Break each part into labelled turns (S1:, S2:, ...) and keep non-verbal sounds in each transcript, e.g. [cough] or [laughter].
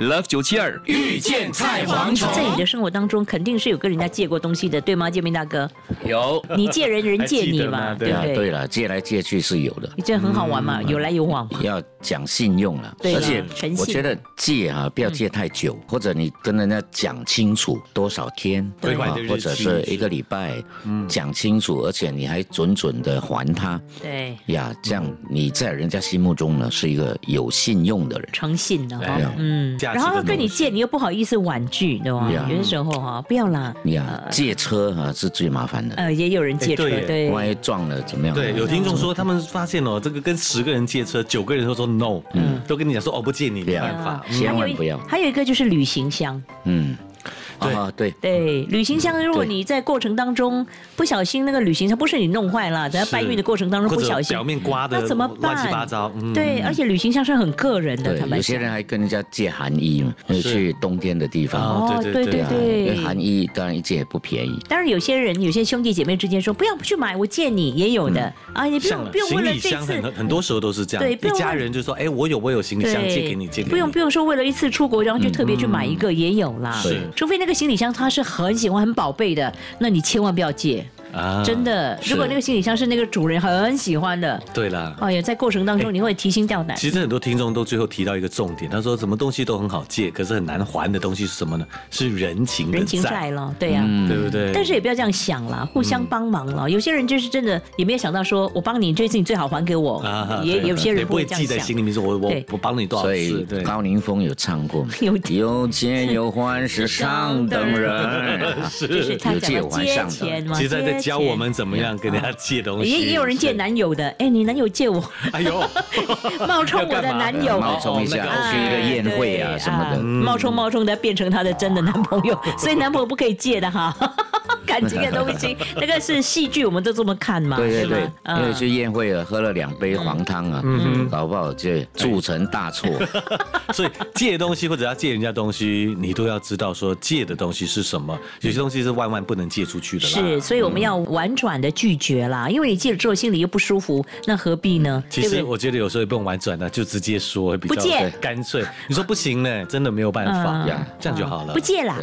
S1: Love 九七二
S2: 遇见菜蝗虫。
S3: 在你的生活当中，肯定是有跟人家借过东西的，对吗？建明大哥，
S1: 有
S3: 你借人，人
S1: 还记
S3: 借你
S1: 得吗
S3: 嘛，
S1: 对
S3: 对
S1: 啊
S3: 不
S2: 啊，
S3: 对？
S2: 对了，借来借去是有的，
S3: 你这很好玩嘛，有来有往嘛。
S2: 要讲信用了。
S3: 对啦
S2: 啊嗯而且
S3: 诚信
S2: 我觉得借啊，不要借太久，或者你跟人家讲清楚多少天，
S1: 对
S2: 啊
S1: 对对对
S2: 或者是一个礼拜，讲清楚，而且你还准准的还他
S3: 对，
S2: 呀，这样你在人家心目中呢是一个有信用的人。
S3: 诚信的哈
S1: 哎呀，
S3: 嗯，
S1: 价值
S3: 然后
S1: 的
S3: 他跟
S1: 东
S3: 你
S1: 西
S3: 借，你又不好意思婉拒，对吧？
S2: 呀
S3: 有些时候哈，不要啦，
S2: 呀，借车啊是最麻烦的，
S3: 呃，也有人借
S1: 哎
S3: 车，
S1: 对耶
S3: 对，
S2: 万一撞了怎么样？
S1: 对，有听众说他们发现哦，这个跟十个人借车，九个人都说 no，嗯，都跟你讲说哦不借你，没
S2: 对啊
S1: 办法。
S3: 嗯还有
S2: 千万
S3: 一
S2: 不要。
S3: 还有一个就是旅行箱，
S2: 嗯，
S1: 对
S2: 啊对，
S3: 对，旅行箱，如果
S2: 对
S3: 你在过程当中不小心，那个旅行箱不是你弄坏了，在
S1: 是
S3: 搬运的过程当中
S1: 或
S3: 不
S1: 者
S3: 小心
S1: 表，面刮的
S3: 那怎么办？
S1: 乱七八糟，嗯，
S3: 对，而且旅行箱是很个人的，
S2: 对
S3: 他，们
S2: 有些人还跟人家借韩衣嘛，就是去冬天的地方。
S1: 哦对
S3: 对
S1: 对
S3: 对
S2: 啊因为韩衣当然一件也不便宜。
S3: 当然，有些人有些兄弟姐妹之间说不要去买，我借你也有的、啊，你不
S1: 像
S3: 用不用为
S1: 嗯行
S3: 了
S1: 李
S3: 这
S1: 箱
S3: 次
S1: 很很多时候都是这样，
S3: 对不
S1: 一
S3: 用
S1: 家
S3: 问
S1: 人就说，哎，我有我有行李箱借给你，借给你，
S3: 不用不用说为了一次出国，然后就特别去买一个、也有啦。
S1: 嗯是
S3: 除非那个行李箱他是很喜欢很宝贝的，那你千万不要借，
S1: 啊
S3: 真。的。
S2: 是
S3: 如果那个行李箱是那个主人很喜欢的，
S1: 对啦，
S3: 哎呀，在过程当中你会提心吊胆。
S1: 其实很多听众都最后提到一个重点，他说什么东西都很好借，可是很难还的东西是什么呢？是人情的
S3: 人情
S1: 债，
S3: 债了，对呀、
S2: 嗯
S1: 对不对？
S3: 但是也不要这样想啦，互相帮忙了。有些人就是真的也没有想到说，我帮你这次你最好还给我。
S1: 啊
S3: 也
S1: 对
S3: 有些
S1: 也
S3: 人
S1: 不
S3: 不
S1: 会
S3: 会这
S1: 记在
S3: 样
S1: 心
S3: 想。
S1: 里面，说我我
S3: 对
S1: 我帮你多少
S2: 所
S1: 次，
S2: 以
S1: 哦对，
S2: 高凌风有唱过嘛
S3: 有
S2: 有借有还是上等人，
S3: 就是他
S2: 有
S3: 讲
S2: 借
S3: 的
S2: 有还
S3: 借
S2: 上等
S3: 钱
S2: 人。
S3: 嘛，
S1: 其实他在
S3: 借
S1: 教
S3: 钱啊
S1: 我们怎么样跟人家借东西。
S3: 也也有人借
S1: 是，
S3: 男友的，哎，你男友借我，
S1: [laughs] 哎呦，
S3: 冒充我的
S1: 要干嘛
S3: 男友，
S2: 呃冒充一下
S1: 哦那个
S2: 去一个宴会啊
S3: 对
S2: 什么
S3: 啊
S2: 的。
S3: 冒充冒充的变成她的真的男朋友，所以男朋友不可以借的哈。 [laughs] 感情的东西，那个是戏剧，我们都这么看嘛，
S2: 对对
S3: 是吗
S2: 对，因为
S3: 嗯，
S2: 去宴会了，啊喝了两杯黄汤啊，搞不好就铸成大错。
S1: 所以借东西或者要借人家东西，你都要知道说借的东西是什么，有些东西是万万不能借出去的啦。
S3: 嗯是，所以我们要婉转的拒绝啦，因为你借了之后心里又不舒服，那何必呢？
S1: 嗯其
S3: 对
S1: 实
S3: 不对
S1: 我觉得有时候也不用婉转啊了，就直接说会比较
S3: 不借
S1: 干脆。你说不行呢，真的没有办法
S2: 嗯，
S1: 这样就好了哎
S3: 不。借啦，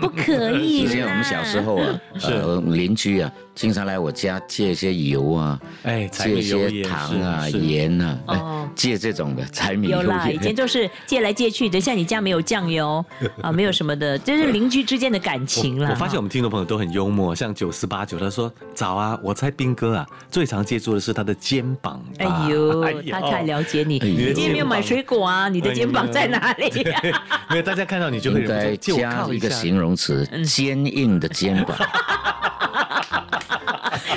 S3: 不可以
S2: 以
S1: [laughs]
S3: 啦。
S2: 前我们小
S3: [laughs]
S2: 时候啊，
S1: 是
S2: 呃我邻居啊，经常来我家借一些油啊，
S1: 哎，柴
S2: 借一
S1: 米油
S2: 些
S1: 盐
S2: 糖啊、
S1: 是是
S2: 盐啊，
S3: 哦
S2: 哎借这种的柴米
S3: 有
S2: 油
S3: 啦，以前
S2: 盐。
S3: 就是借来借去，等一下你家没有酱
S1: [laughs]
S3: 油啊，没有什么的，这是邻居之间的感情啦。
S1: 我发现我们听众朋友都很幽默，像九四八九，他说早啊，我猜斌哥啊最常借助的是他的肩膀吧。
S3: 哎呦
S1: [laughs] 哎呦，哎
S3: 他太了解你，
S2: 呦
S3: 你今天没有买水果啊？你的肩膀在哪里呀、
S1: [laughs] 没有大家看到你就会
S2: 应
S1: 忍不住
S2: 该
S1: 借我
S2: 加
S1: 靠
S2: 一
S1: 一
S2: 个
S1: 下。
S2: 形容词，
S3: 嗯
S2: 坚硬的肩
S3: [laughs]
S2: 膀。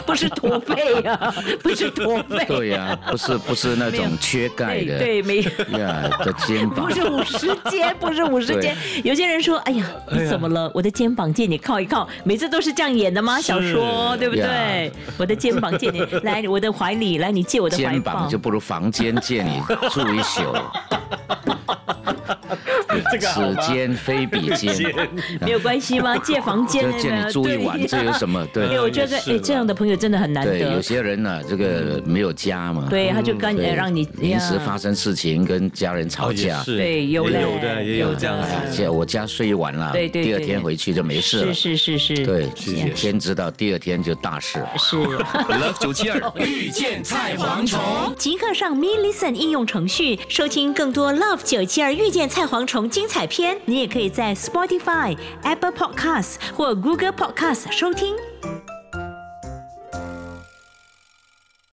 S3: 不是驼背啊，不是驼
S1: [laughs]
S3: 背。
S2: 对呀，不是不是那种缺钙
S3: 对
S2: 的，
S3: 对，没。
S2: 呀的肩膀
S3: [laughs] 不。是五十肩，不是五十肩。有些人说：“哎呀，
S1: 哎
S3: 你
S1: 呀
S3: 怎么了？我的肩膀借你靠一靠。”每次都是这样演的吗？
S1: 是
S3: 小说对不对
S2: 呀？
S3: 我的肩膀借你，来我的怀里，来你借我的怀
S2: 肩
S3: 抱
S2: 膀。 [laughs] 就不如房间借你住一
S3: [laughs]
S2: 宿，
S1: 这个好
S2: 此
S1: 吗
S2: 间非彼
S3: [laughs]
S2: 间，
S3: 没有关系吗？借房间
S2: 就借你住一晚，这有什么？
S3: 对呀，
S2: 对
S3: 我觉得
S1: 也是
S3: 哎，
S1: 啦
S3: 这样的朋友真的很难
S2: 对，有
S3: 得。嗯
S2: 些人呢，这个没有家嘛，嗯
S3: 对，他就跟
S2: 对，
S3: 呃让你
S2: 临时
S3: 呀
S2: 发生事情跟家人吵
S1: 哦也
S2: 架，
S1: 是
S3: 对
S1: 也
S3: 有嘞
S1: 有的也有
S3: 有
S1: 这样啊
S3: 的
S1: 子。
S2: 这我家睡一晚了，
S3: 嗯对对
S2: 第二
S3: 对
S2: 天回去就没事了。
S3: 是是是是，
S2: 对，
S1: 是也是
S2: 天知道，第二天就大事了。
S3: 是。
S1: Love 九七二。
S2: [laughs] 遇见菜
S3: 蝗虫，即刻上 Me Listen 应用程序收听更多 Love 九七二遇见菜蝗虫精彩片。你也可以在 Spotify、Apple Podcasts 或 Google Podcasts 收听。